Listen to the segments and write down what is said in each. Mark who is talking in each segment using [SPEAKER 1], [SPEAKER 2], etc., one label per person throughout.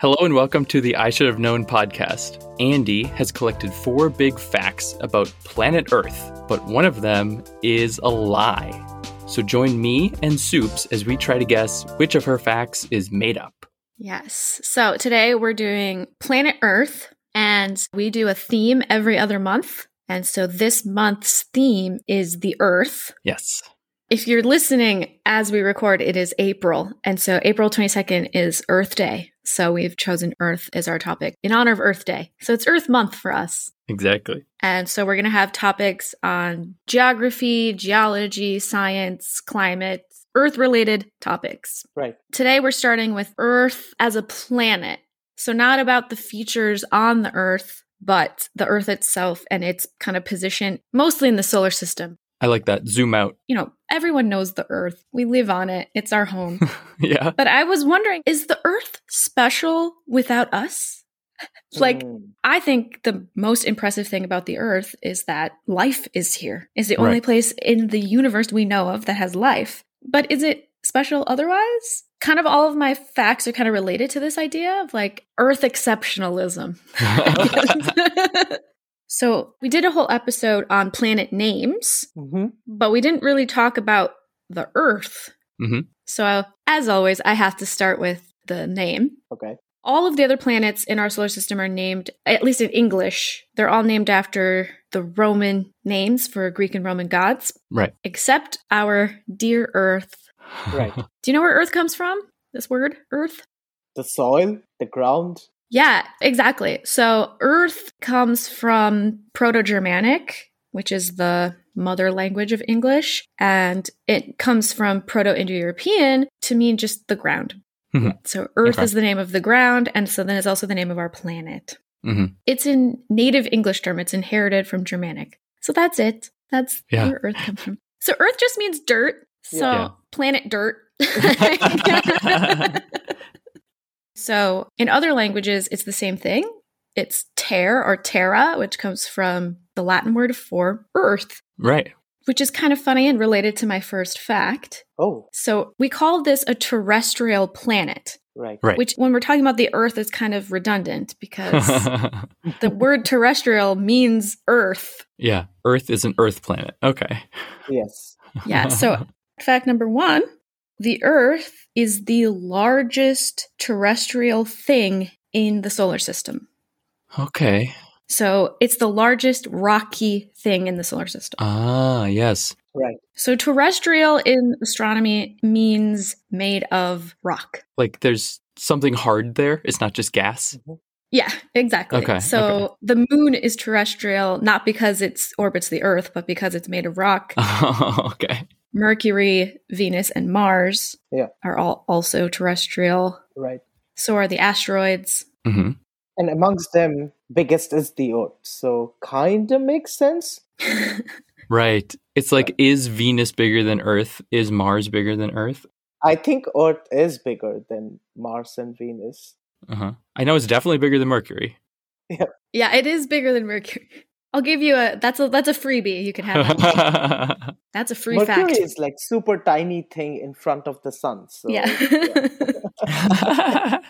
[SPEAKER 1] Hello and welcome to the I Should Have Known podcast. Andy has collected four big facts about planet Earth, but one of them is a lie. So join me and Soups as we try to guess which of her facts is made up.
[SPEAKER 2] Yes. So today we're doing Planet Earth, and we do a theme every other month. And so this month's theme is the Earth.
[SPEAKER 1] Yes.
[SPEAKER 2] If you're listening as we record, it is April. And so April 22nd is Earth Day. So we've chosen Earth as our topic in honor of Earth Day. So it's Earth Month for us.
[SPEAKER 1] Exactly.
[SPEAKER 2] And so we're going to have topics on geography, geology, science, climate, Earth related topics.
[SPEAKER 3] Right.
[SPEAKER 2] Today we're starting with Earth as a planet. So not about the features on the Earth, but the Earth itself and its kind of position, mostly in the solar system.
[SPEAKER 1] I like that. Zoom out.
[SPEAKER 2] You know, everyone knows the Earth. We live on it. It's our home.
[SPEAKER 1] Yeah.
[SPEAKER 2] But I was wondering, is the earth special without us? like,
[SPEAKER 3] Mm.
[SPEAKER 2] I think the most impressive thing about the earth is that life is here. It's the
[SPEAKER 1] Right.
[SPEAKER 2] only place in the universe we know of that has life. But is it special otherwise? Kind of all of my facts are kind of related to this idea of like earth exceptionalism. so, we did a whole episode on planet names
[SPEAKER 3] Mhm.
[SPEAKER 2] but we didn't really talk about the earth.
[SPEAKER 1] Mhm.
[SPEAKER 2] So, as always, I have to start with the name.
[SPEAKER 3] Okay.
[SPEAKER 2] All of the other planets in our solar system are named, at least in English, they're all named after the Roman names for Greek and Roman gods,
[SPEAKER 1] Right.
[SPEAKER 2] except our dear Earth.
[SPEAKER 3] Right.
[SPEAKER 2] Do you know where Earth comes from? This word, Earth?
[SPEAKER 3] The soil, the ground.
[SPEAKER 2] Yeah, exactly. So Earth comes from Proto Germanic, which is the mother language of English, and it comes from Proto Indo European to mean just the ground.
[SPEAKER 1] Mhm.
[SPEAKER 2] So Earth
[SPEAKER 1] Okay.
[SPEAKER 2] is the name of the ground, and so then it's also the name of our planet.
[SPEAKER 1] Mhm.
[SPEAKER 2] It's in native English term, it's inherited from Germanic. So that's it. That's
[SPEAKER 1] Yeah.
[SPEAKER 2] where Earth comes from. So Earth just means dirt. So
[SPEAKER 3] Yeah.
[SPEAKER 1] Yeah.
[SPEAKER 2] planet dirt. So in other languages, it's the same thing. It's ter or terra, which comes from the Latin word for earth,
[SPEAKER 1] right.
[SPEAKER 2] which is kind of funny and related to my first fact.
[SPEAKER 3] Oh,
[SPEAKER 2] So we call this a terrestrial planet,
[SPEAKER 3] right.
[SPEAKER 1] Right.
[SPEAKER 2] which when we're talking about the earth is kind of redundant because the word terrestrial means earth.
[SPEAKER 1] yeah. Earth is an Earth planet. Okay.
[SPEAKER 3] Yes.
[SPEAKER 2] Yeah. So fact number one, the earth is the largest terrestrial thing in the solar system.
[SPEAKER 1] Okay.
[SPEAKER 2] So it's the largest rocky thing in the solar system.
[SPEAKER 1] Ah, yes.
[SPEAKER 3] Right.
[SPEAKER 2] So terrestrial in astronomy means made of rock.
[SPEAKER 1] Like there's something hard there. It's not just gas.
[SPEAKER 2] Yeah, exactly.
[SPEAKER 1] Okay,
[SPEAKER 2] so
[SPEAKER 1] okay.
[SPEAKER 2] the moon is terrestrial not because it orbits the earth, but because it's made of rock.
[SPEAKER 1] Uh. okay.
[SPEAKER 2] Mercury, Venus, and Mars
[SPEAKER 3] Yeah.
[SPEAKER 2] are all also terrestrial.
[SPEAKER 3] Right.
[SPEAKER 2] So are the asteroids.
[SPEAKER 1] hmm
[SPEAKER 3] And amongst them, biggest is the earth. So kind of makes sense.
[SPEAKER 1] Right. It's like, is Venus bigger than Earth? Is Mars bigger than Earth?
[SPEAKER 3] I think Earth is bigger than Mars and Venus.
[SPEAKER 1] Uh-huh. I know it's definitely bigger than Mercury.
[SPEAKER 2] Yeah, it is bigger than Mercury. I'll give you a that's a that's a freebie you can have. that.
[SPEAKER 1] right.
[SPEAKER 2] that's a free
[SPEAKER 3] Mercury
[SPEAKER 2] fact.
[SPEAKER 3] is like super tiny thing in front of the sun. So
[SPEAKER 2] yeah.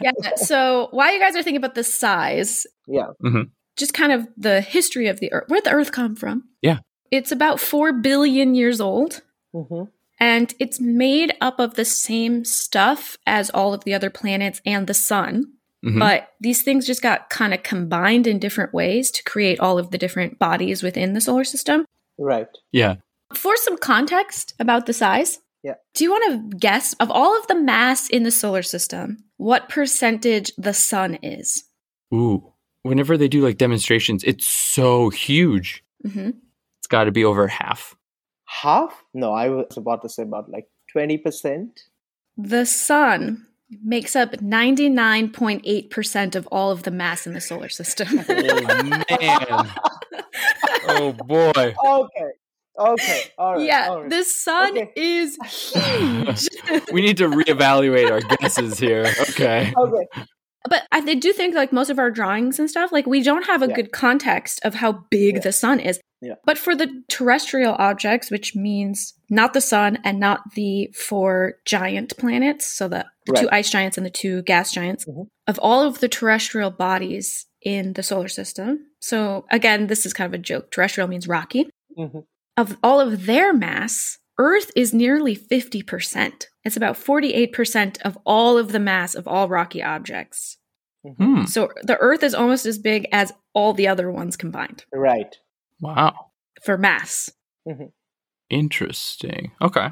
[SPEAKER 2] yeah. So while you guys are thinking about the size,
[SPEAKER 3] Yeah.
[SPEAKER 1] Mhm.
[SPEAKER 2] just kind of the history of the Earth, where the Earth come from?
[SPEAKER 1] Yeah.
[SPEAKER 2] it's about four billion years old,
[SPEAKER 3] Mhm.
[SPEAKER 2] and it's made up of the same stuff as all of the other planets and the sun.
[SPEAKER 1] Mhm.
[SPEAKER 2] But these things just got kind of combined in different ways to create all of the different bodies within the solar system.
[SPEAKER 3] Right.
[SPEAKER 1] Yeah.
[SPEAKER 2] For some context about the size,
[SPEAKER 3] Yeah.
[SPEAKER 2] Do you want to guess of all of the mass in the solar system, what percentage the sun is?
[SPEAKER 1] Ooh. Whenever they do like demonstrations, it's so huge.
[SPEAKER 2] hmm
[SPEAKER 1] It's got to be over half.
[SPEAKER 3] Half? No, I was about to say about like 20%.
[SPEAKER 2] The sun makes up 99.8% of all of the mass in the solar system.
[SPEAKER 1] man. oh boy.
[SPEAKER 3] Okay. Okay. All right.
[SPEAKER 2] yeah,
[SPEAKER 3] all right.
[SPEAKER 2] the sun
[SPEAKER 3] Okay.
[SPEAKER 2] is huge.
[SPEAKER 1] We need to reevaluate our guesses here. Okay.
[SPEAKER 3] Okay.
[SPEAKER 2] but I th- do think like most of our drawings and stuff, like we don't have a
[SPEAKER 3] Yeah.
[SPEAKER 2] good context of how big
[SPEAKER 3] Yeah.
[SPEAKER 2] the sun is.
[SPEAKER 3] Yeah.
[SPEAKER 2] But for the terrestrial objects, which means not the sun and not the four giant planets, so the, the two
[SPEAKER 3] Right.
[SPEAKER 2] ice giants and the two gas giants,
[SPEAKER 3] Mhm.
[SPEAKER 2] of all of the terrestrial bodies in the solar system. So again, this is kind of a joke. Terrestrial means rocky.
[SPEAKER 3] Mhm.
[SPEAKER 2] Of all of their mass, Earth is nearly 50%. It's about 48% of all of the mass of all rocky objects.
[SPEAKER 1] Hmm.
[SPEAKER 2] So the Earth is almost as big as all the other ones combined
[SPEAKER 3] Right.
[SPEAKER 1] Wow.
[SPEAKER 2] for mass.
[SPEAKER 1] Interesting. Okay.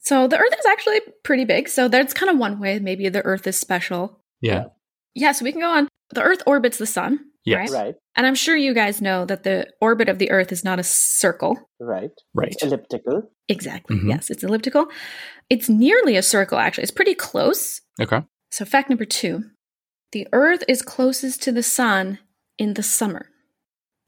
[SPEAKER 2] So the Earth is actually pretty big. So that's kind of one way maybe the Earth is special.
[SPEAKER 1] Yeah.
[SPEAKER 2] Yeah, so we can go on. The Earth orbits the sun.
[SPEAKER 1] Yes.
[SPEAKER 2] Right?
[SPEAKER 3] Right.
[SPEAKER 2] And I'm sure you guys know that the orbit of the Earth is not a circle.
[SPEAKER 3] Right.
[SPEAKER 1] Right.
[SPEAKER 3] It's elliptical.
[SPEAKER 2] Exactly.
[SPEAKER 1] Mhm.
[SPEAKER 2] Yes, it's elliptical. It's nearly a circle, actually. It's pretty close.
[SPEAKER 1] Okay.
[SPEAKER 2] So, fact number two the Earth is closest to the sun in the summer.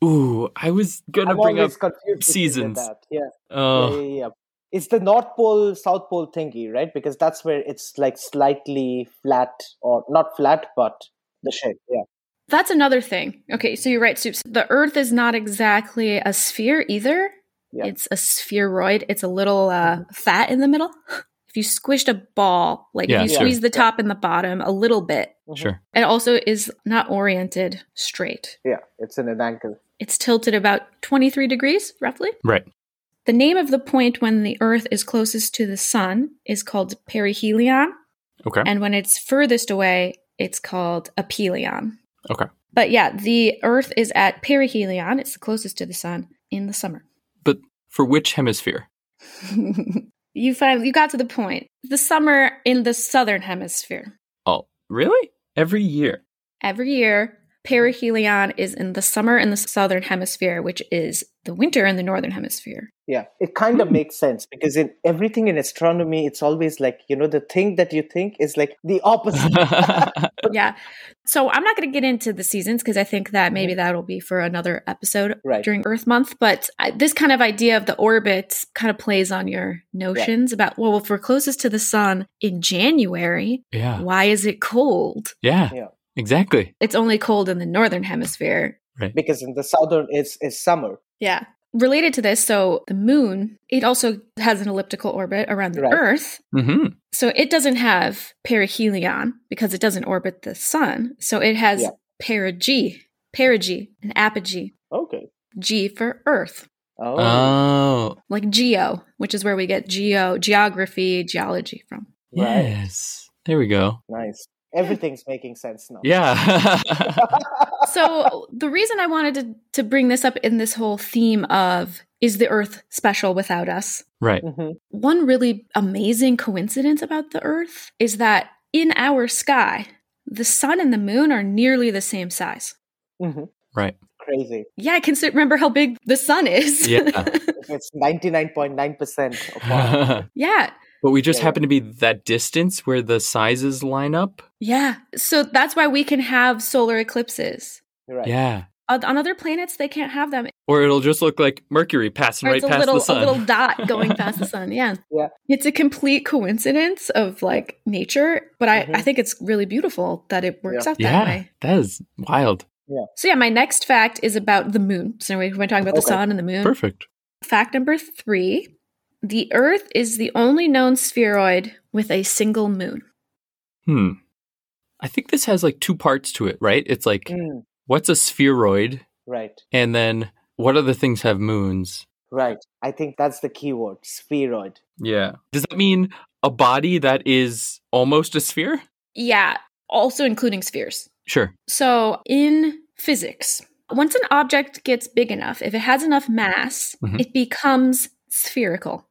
[SPEAKER 1] Ooh, I was gonna
[SPEAKER 3] I'm
[SPEAKER 1] bring up.
[SPEAKER 3] always confused between
[SPEAKER 1] seasons.
[SPEAKER 3] That. Yeah. yeah,
[SPEAKER 1] Oh,
[SPEAKER 3] yeah, yeah. It's the North Pole, South Pole thingy, right? Because that's where it's like slightly flat or not flat, but the shape. Yeah.
[SPEAKER 2] That's another thing. Okay, so you're right, Soups. The Earth is not exactly a sphere either.
[SPEAKER 3] Yeah.
[SPEAKER 2] It's a spheroid. It's a little uh, fat in the middle. If you squished a ball, like
[SPEAKER 1] Yeah,
[SPEAKER 2] if you
[SPEAKER 1] sure.
[SPEAKER 2] squeeze the top and the bottom a little bit,
[SPEAKER 3] Mhm.
[SPEAKER 1] sure.
[SPEAKER 2] it also is not oriented straight.
[SPEAKER 3] Yeah. It's in an angle.
[SPEAKER 2] It's tilted about 23 degrees, roughly.
[SPEAKER 1] Right.
[SPEAKER 2] The name of the point when the Earth is closest to the Sun is called perihelion,
[SPEAKER 1] Okay.
[SPEAKER 2] and when it's furthest away, it's called aphelion.
[SPEAKER 1] Okay.
[SPEAKER 2] But yeah, the Earth is at perihelion, it's the closest to the Sun in the summer.
[SPEAKER 1] But for which hemisphere?
[SPEAKER 2] you finally you got to the point. The summer in the southern hemisphere.
[SPEAKER 1] Oh, really? Every year.
[SPEAKER 2] Every year, perihelion is in the summer in the southern hemisphere, which is the winter in the northern hemisphere.
[SPEAKER 3] Yeah. It kind of
[SPEAKER 1] Hmm.
[SPEAKER 3] makes sense because in everything in astronomy, it's always like, you know, the thing that you think is like the opposite.
[SPEAKER 2] yeah. So I'm not going to get into the seasons because I think that maybe that'll be for another episode
[SPEAKER 3] Mm-hmm. Right.
[SPEAKER 2] during Earth Month. But I, this kind of idea of the orbits kind of plays on your notions about, well, if we're closest to the sun in January,
[SPEAKER 1] yeah.
[SPEAKER 2] why is it cold?
[SPEAKER 1] Yeah.
[SPEAKER 3] Yeah.
[SPEAKER 1] Exactly.
[SPEAKER 2] It's only cold in the northern hemisphere.
[SPEAKER 3] because in the southern, it's, it's summer.
[SPEAKER 2] Yeah. Related to this, so the moon, it also has an elliptical orbit around the
[SPEAKER 3] Right.
[SPEAKER 2] Earth.
[SPEAKER 1] hmm
[SPEAKER 2] So it doesn't have perihelion because it doesn't orbit the sun. So it has
[SPEAKER 3] Yeah.
[SPEAKER 2] perigee, perigee, and apogee.
[SPEAKER 3] Okay.
[SPEAKER 2] G for Earth,
[SPEAKER 3] Oh.
[SPEAKER 1] Oh,
[SPEAKER 2] like geo, which is where we get geo, geography, geology from.
[SPEAKER 3] Right.
[SPEAKER 1] yes. There we go.
[SPEAKER 3] Nice. Everything's making sense now.
[SPEAKER 1] Yeah.
[SPEAKER 2] So the reason I wanted to, to bring this up in this whole theme of is the Earth special without us?
[SPEAKER 1] right.
[SPEAKER 3] hmm
[SPEAKER 2] One really amazing coincidence about the Earth is that in our sky, the sun and the moon are nearly the same size.
[SPEAKER 3] hmm
[SPEAKER 1] Right.
[SPEAKER 3] Crazy.
[SPEAKER 2] Yeah, I can still remember how big the sun is.
[SPEAKER 1] Yeah.
[SPEAKER 3] It's 99.9% of all.
[SPEAKER 1] but
[SPEAKER 2] yeah.
[SPEAKER 1] we just
[SPEAKER 3] Yeah.
[SPEAKER 1] happen to be that distance where the sizes line up.
[SPEAKER 2] Yeah. So that's why we can have solar eclipses.
[SPEAKER 3] Right.
[SPEAKER 1] Yeah.
[SPEAKER 2] On on other planets, they can't have them.
[SPEAKER 1] Or it'll just look like Mercury passing
[SPEAKER 2] Or
[SPEAKER 1] right
[SPEAKER 2] it's a
[SPEAKER 1] past
[SPEAKER 2] little
[SPEAKER 1] the
[SPEAKER 2] a
[SPEAKER 1] sun.
[SPEAKER 2] little dot going past the sun. Yeah.
[SPEAKER 3] Yeah.
[SPEAKER 2] It's a complete coincidence of like nature, but I,
[SPEAKER 3] Mhm.
[SPEAKER 2] I think it's really beautiful that it works out that
[SPEAKER 1] yeah.
[SPEAKER 2] way.
[SPEAKER 1] That is wild.
[SPEAKER 2] So yeah, my next fact is about the moon. So we've been talking about the
[SPEAKER 3] Okay.
[SPEAKER 2] sun and the moon.
[SPEAKER 1] Perfect.
[SPEAKER 2] Fact number three. The Earth is the only known spheroid with a single moon.
[SPEAKER 1] Hmm. I think this has like two parts to it, right? It's like,
[SPEAKER 3] Mm,
[SPEAKER 1] what's a spheroid?
[SPEAKER 3] right.
[SPEAKER 1] And then what other things have moons?
[SPEAKER 3] Right. I think that's the key word spheroid.
[SPEAKER 1] Yeah. Does that mean a body that is almost a sphere?
[SPEAKER 2] Yeah, also including spheres.
[SPEAKER 1] Sure.
[SPEAKER 2] So, in physics, once an object gets big enough, if it has enough mass,
[SPEAKER 1] Mhm.
[SPEAKER 2] it becomes spherical.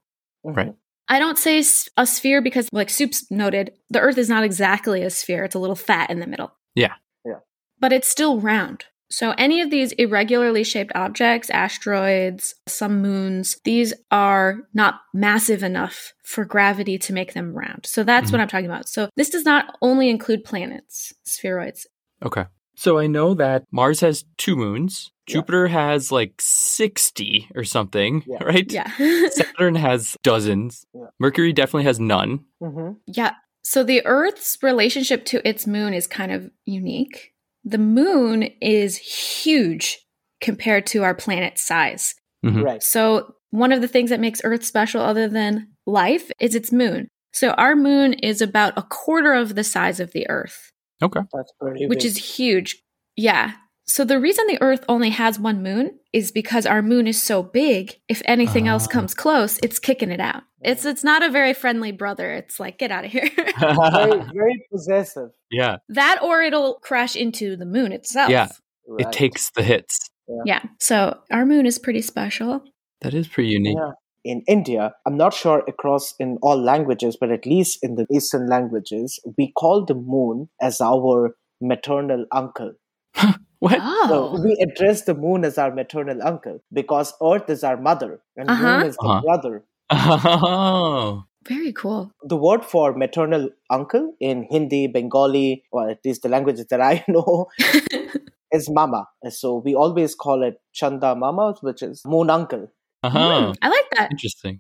[SPEAKER 3] Mm-hmm,
[SPEAKER 1] Right.
[SPEAKER 2] I don't say s- a sphere because, like Soups noted, the Earth is not exactly a sphere. It's a little fat in the middle.
[SPEAKER 1] Yeah.
[SPEAKER 3] Yeah.
[SPEAKER 2] But it's still round. So, any of these irregularly shaped objects, asteroids, some moons, these are not massive enough for gravity to make them round. So, that's what I'm talking about. So, this does not only include planets, spheroids.
[SPEAKER 1] Okay. So I know that Mars has two moons,
[SPEAKER 3] Yeah.
[SPEAKER 1] Jupiter has like 60 or something,
[SPEAKER 3] Yeah.
[SPEAKER 1] right?
[SPEAKER 2] Yeah.
[SPEAKER 1] Saturn has dozens.
[SPEAKER 3] Yeah.
[SPEAKER 1] Mercury definitely has none.
[SPEAKER 3] Mm-hmm.
[SPEAKER 2] Yeah. So the Earth's relationship to its moon is kind of unique. The moon is huge compared to our planet's size.
[SPEAKER 1] Mhm.
[SPEAKER 3] Right.
[SPEAKER 2] So, one of the things that makes Earth special, other than life, is its moon. So, our moon is about a quarter of the size of the Earth,
[SPEAKER 1] Okay.
[SPEAKER 3] That's pretty
[SPEAKER 2] which
[SPEAKER 3] big.
[SPEAKER 2] is huge. Yeah. So, the reason the Earth only has one moon is because our moon is so big. If anything else
[SPEAKER 1] Ah.
[SPEAKER 2] comes close, it's kicking it out. It's it's not a very friendly brother. It's like get out of here.
[SPEAKER 3] very, very possessive.
[SPEAKER 1] yeah.
[SPEAKER 2] that or it'll crash into the moon itself.
[SPEAKER 1] Yeah.
[SPEAKER 3] Right.
[SPEAKER 1] It takes the hits.
[SPEAKER 2] Yeah. So our moon is pretty special.
[SPEAKER 1] That is pretty unique.
[SPEAKER 3] Yeah. in India, I'm not sure across in all languages, but at least in the Eastern languages, we call the moon as our maternal uncle.
[SPEAKER 1] What?
[SPEAKER 2] Oh.
[SPEAKER 3] So we address the moon as our maternal uncle because Earth is our mother and
[SPEAKER 2] Uh-huh.
[SPEAKER 3] moon is the
[SPEAKER 1] Uh-huh.
[SPEAKER 3] brother.
[SPEAKER 1] Oh.
[SPEAKER 2] Very cool.
[SPEAKER 3] The word for maternal uncle in Hindi, Bengali, or at least the languages that I know, is mama. So we always call it Chanda Mama, which is moon uncle.
[SPEAKER 1] Uh-huh.
[SPEAKER 2] Hmm, I like that.
[SPEAKER 1] Interesting.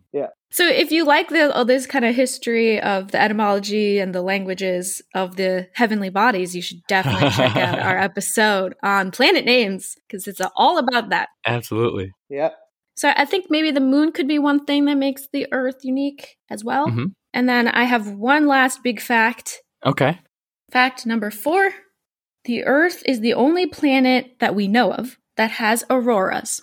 [SPEAKER 2] So if you like the, all this kind of history of the etymology and the languages of the heavenly bodies, you should definitely check out our episode on planet names because it's all about that.
[SPEAKER 1] Absolutely.
[SPEAKER 3] Yeah.
[SPEAKER 2] So I think maybe the moon could be one thing that makes the Earth unique as well.
[SPEAKER 1] Mhm.
[SPEAKER 2] And then I have one last big fact
[SPEAKER 1] Okay.
[SPEAKER 2] Fact number four the Earth is the only planet that we know of that has auroras.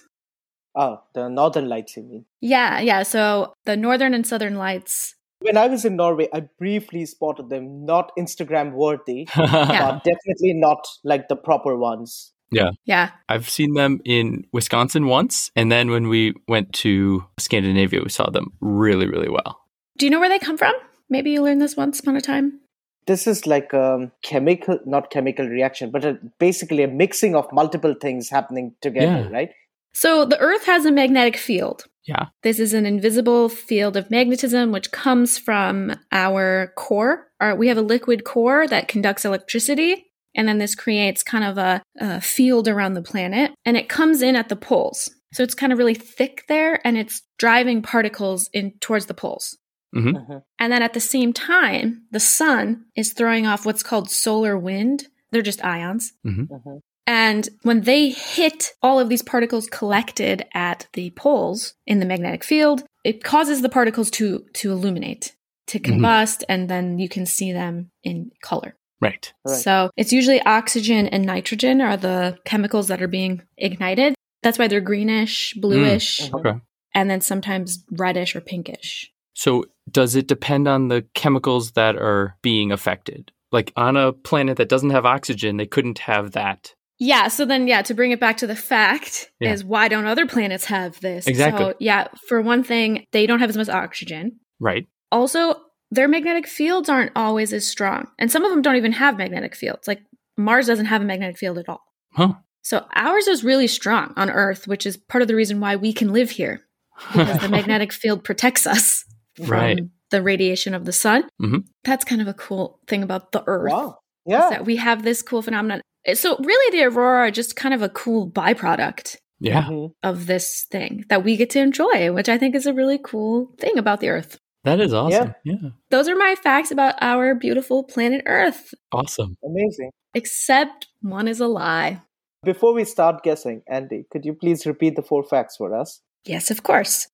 [SPEAKER 3] Oh, the northern lights, you mean.
[SPEAKER 2] Yeah, yeah. So the northern and southern lights.
[SPEAKER 3] When I was in Norway, I briefly spotted them, not Instagram worthy, but definitely not like the proper ones.
[SPEAKER 2] Yeah.
[SPEAKER 1] I've seen them in Wisconsin once, and then when we went to Scandinavia, we saw them really, really well.
[SPEAKER 2] Do you know where they come from? Maybe you learned this once upon a time.
[SPEAKER 3] This is like a chemical, not chemical reaction, but a, basically a mixing of multiple things happening together,
[SPEAKER 1] Yeah.
[SPEAKER 3] right?
[SPEAKER 2] So the Earth has a magnetic field.
[SPEAKER 1] Yeah.
[SPEAKER 2] This is an invisible field of magnetism which comes from our core. Our, we have a liquid core that conducts electricity, and then this creates kind of a, a field around the planet, and it comes in at the poles. So it's kind of really thick there, and it's driving particles in towards the poles.
[SPEAKER 1] Hmm?
[SPEAKER 3] Mhm.
[SPEAKER 2] And then at the same time, the sun is throwing off what's called solar wind. They're just ions.
[SPEAKER 3] Mhm.
[SPEAKER 2] And when they hit all of these particles collected at the poles in the magnetic field, it causes the particles to to illuminate, to
[SPEAKER 1] Mhm.
[SPEAKER 2] combust, and then you can see them in color.
[SPEAKER 1] Right.
[SPEAKER 3] Right.
[SPEAKER 2] So it's usually oxygen and nitrogen are the chemicals that are being ignited. That's why they're greenish, bluish,
[SPEAKER 3] Mhm.
[SPEAKER 1] Okay.
[SPEAKER 2] and then sometimes reddish or pinkish.
[SPEAKER 1] So, does it depend on the chemicals that are being affected? Like on a planet that doesn't have oxygen, they couldn't have that.
[SPEAKER 2] Yeah, so then yeah, to bring it back to the fact
[SPEAKER 1] Yeah.
[SPEAKER 2] is why don't other planets have this?
[SPEAKER 1] Exactly.
[SPEAKER 2] So yeah, for one thing, they don't have as much oxygen.
[SPEAKER 1] Right.
[SPEAKER 2] Also, their magnetic fields aren't always as strong. And some of them don't even have magnetic fields. Like Mars doesn't have a magnetic field at all.
[SPEAKER 1] Huh.
[SPEAKER 2] So ours is really strong on Earth, which is part of the reason why we can live here because the magnetic field protects us from
[SPEAKER 1] Right.
[SPEAKER 2] the radiation of the sun.
[SPEAKER 1] Mhm.
[SPEAKER 2] That's kind of a cool thing about the Earth
[SPEAKER 3] Wow.
[SPEAKER 2] is
[SPEAKER 3] Yeah.
[SPEAKER 2] that we have this cool phenomenon. So really the aurora are just kind of a cool byproduct
[SPEAKER 1] yeah.
[SPEAKER 3] Mhm.
[SPEAKER 2] of this thing that we get to enjoy, which I think is a really cool thing about the earth.
[SPEAKER 1] That is awesome. Yeah.
[SPEAKER 2] Those are my facts about our beautiful planet earth,
[SPEAKER 1] Awesome.
[SPEAKER 3] Amazing.
[SPEAKER 2] except one is a lie.
[SPEAKER 3] Before we start guessing, Andy, could you please repeat the four facts for us?
[SPEAKER 2] Yes, of course.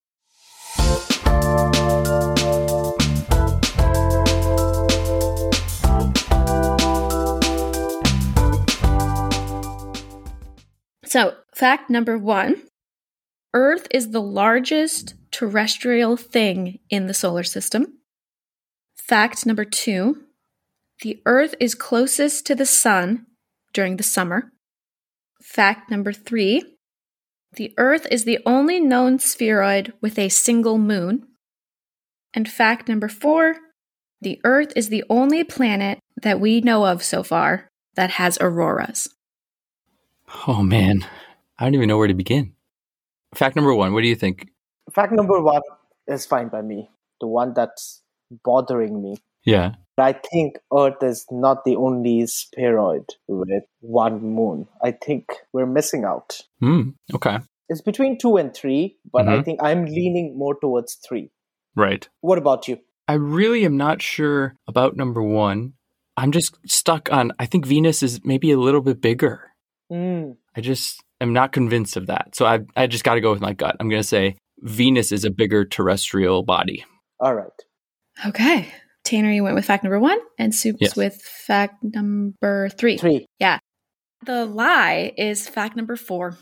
[SPEAKER 2] So, fact number one Earth is the largest terrestrial thing in the solar system. Fact number two The Earth is closest to the sun during the summer. Fact number three the Earth is the only known spheroid with a single moon. And fact number four the Earth is the only planet that we know of so far that has auroras.
[SPEAKER 1] Oh, man. I don't even know where to begin. Fact number one, what do you think?
[SPEAKER 3] Fact number one is fine by me, the one that's bothering me.
[SPEAKER 1] Yeah.
[SPEAKER 3] I think Earth is not the only spheroid with one moon. I think we're missing out.
[SPEAKER 1] Hmm. Okay.
[SPEAKER 3] It's between two and three, but I
[SPEAKER 1] Mhm.
[SPEAKER 3] think I'm leaning more towards three.
[SPEAKER 1] Right.
[SPEAKER 3] What about you?
[SPEAKER 1] I really am not sure about number one. I'm just stuck on, I think Venus is maybe a little bit bigger.
[SPEAKER 3] Mm,
[SPEAKER 1] I just am not convinced of that. So I I just got to go with my gut. I'm going to say Venus is a bigger terrestrial body.
[SPEAKER 3] All right.
[SPEAKER 2] Okay. Tanner, you went with fact number one, and Soups
[SPEAKER 1] Yes.
[SPEAKER 2] with fact number three.
[SPEAKER 3] Three.
[SPEAKER 2] The lie is fact number four.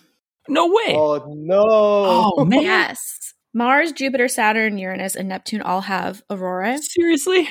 [SPEAKER 1] No way.
[SPEAKER 3] Oh no.
[SPEAKER 1] Oh, man.
[SPEAKER 2] Yes. Mars, Jupiter, Saturn, Uranus, and Neptune all have aurora.
[SPEAKER 1] Seriously?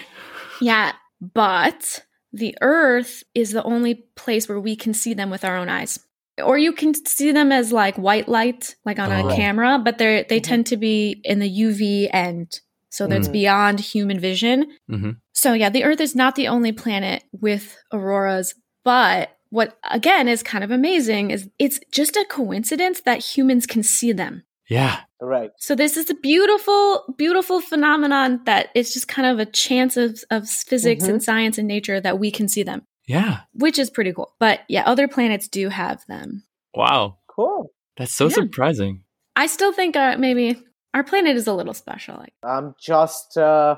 [SPEAKER 2] Yeah. But the Earth is the only place where we can see them with our own eyes. Or you can see them as like white light, like on
[SPEAKER 1] Oh.
[SPEAKER 2] a camera, but they're they
[SPEAKER 3] Mhm.
[SPEAKER 2] tend to be in the UV end. So that's
[SPEAKER 3] Mhm.
[SPEAKER 2] beyond human vision.
[SPEAKER 1] Mhm.
[SPEAKER 2] So yeah, the Earth is not the only planet with auroras, but what again is kind of amazing is it's just a coincidence that humans can see them.
[SPEAKER 1] Yeah.
[SPEAKER 3] Right.
[SPEAKER 2] So this is a beautiful, beautiful phenomenon that it's just kind of a chance of, of physics and science and nature that we can see them,
[SPEAKER 1] Yeah.
[SPEAKER 2] which is pretty cool. But yeah, other planets do have them.
[SPEAKER 1] Wow.
[SPEAKER 3] Cool.
[SPEAKER 1] That's so
[SPEAKER 2] Yeah.
[SPEAKER 1] surprising.
[SPEAKER 2] I still think uh, maybe our planet is a little special. Like,
[SPEAKER 3] I'm just uh,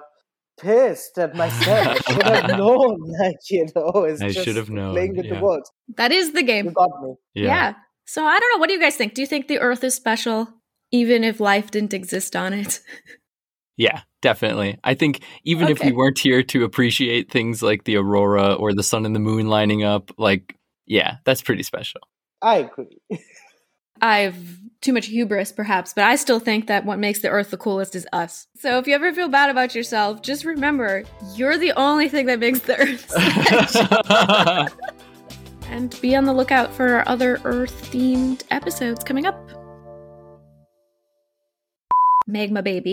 [SPEAKER 3] pissed at myself. I should have known. Like, you know, it's
[SPEAKER 1] I
[SPEAKER 3] just
[SPEAKER 1] should have known,
[SPEAKER 3] Playing with
[SPEAKER 1] yeah.
[SPEAKER 3] the words.
[SPEAKER 2] that is the
[SPEAKER 3] You
[SPEAKER 2] game.
[SPEAKER 3] got me.
[SPEAKER 2] Yeah. So I don't know. What do you guys think? Do you think the Earth is special, even if life didn't exist on it?
[SPEAKER 1] Yeah, definitely. I think even if
[SPEAKER 2] Okay.
[SPEAKER 1] we weren't here to appreciate things like the aurora or the sun and the moon lining up, like, yeah, that's pretty special.
[SPEAKER 3] I agree.
[SPEAKER 2] I've too much hubris, perhaps, but I still think that what makes the earth the coolest is us. So if you ever feel bad about yourself, just remember you're the only thing that makes the earth. special. and be on the lookout for our other earth themed episodes coming up. Magma Baby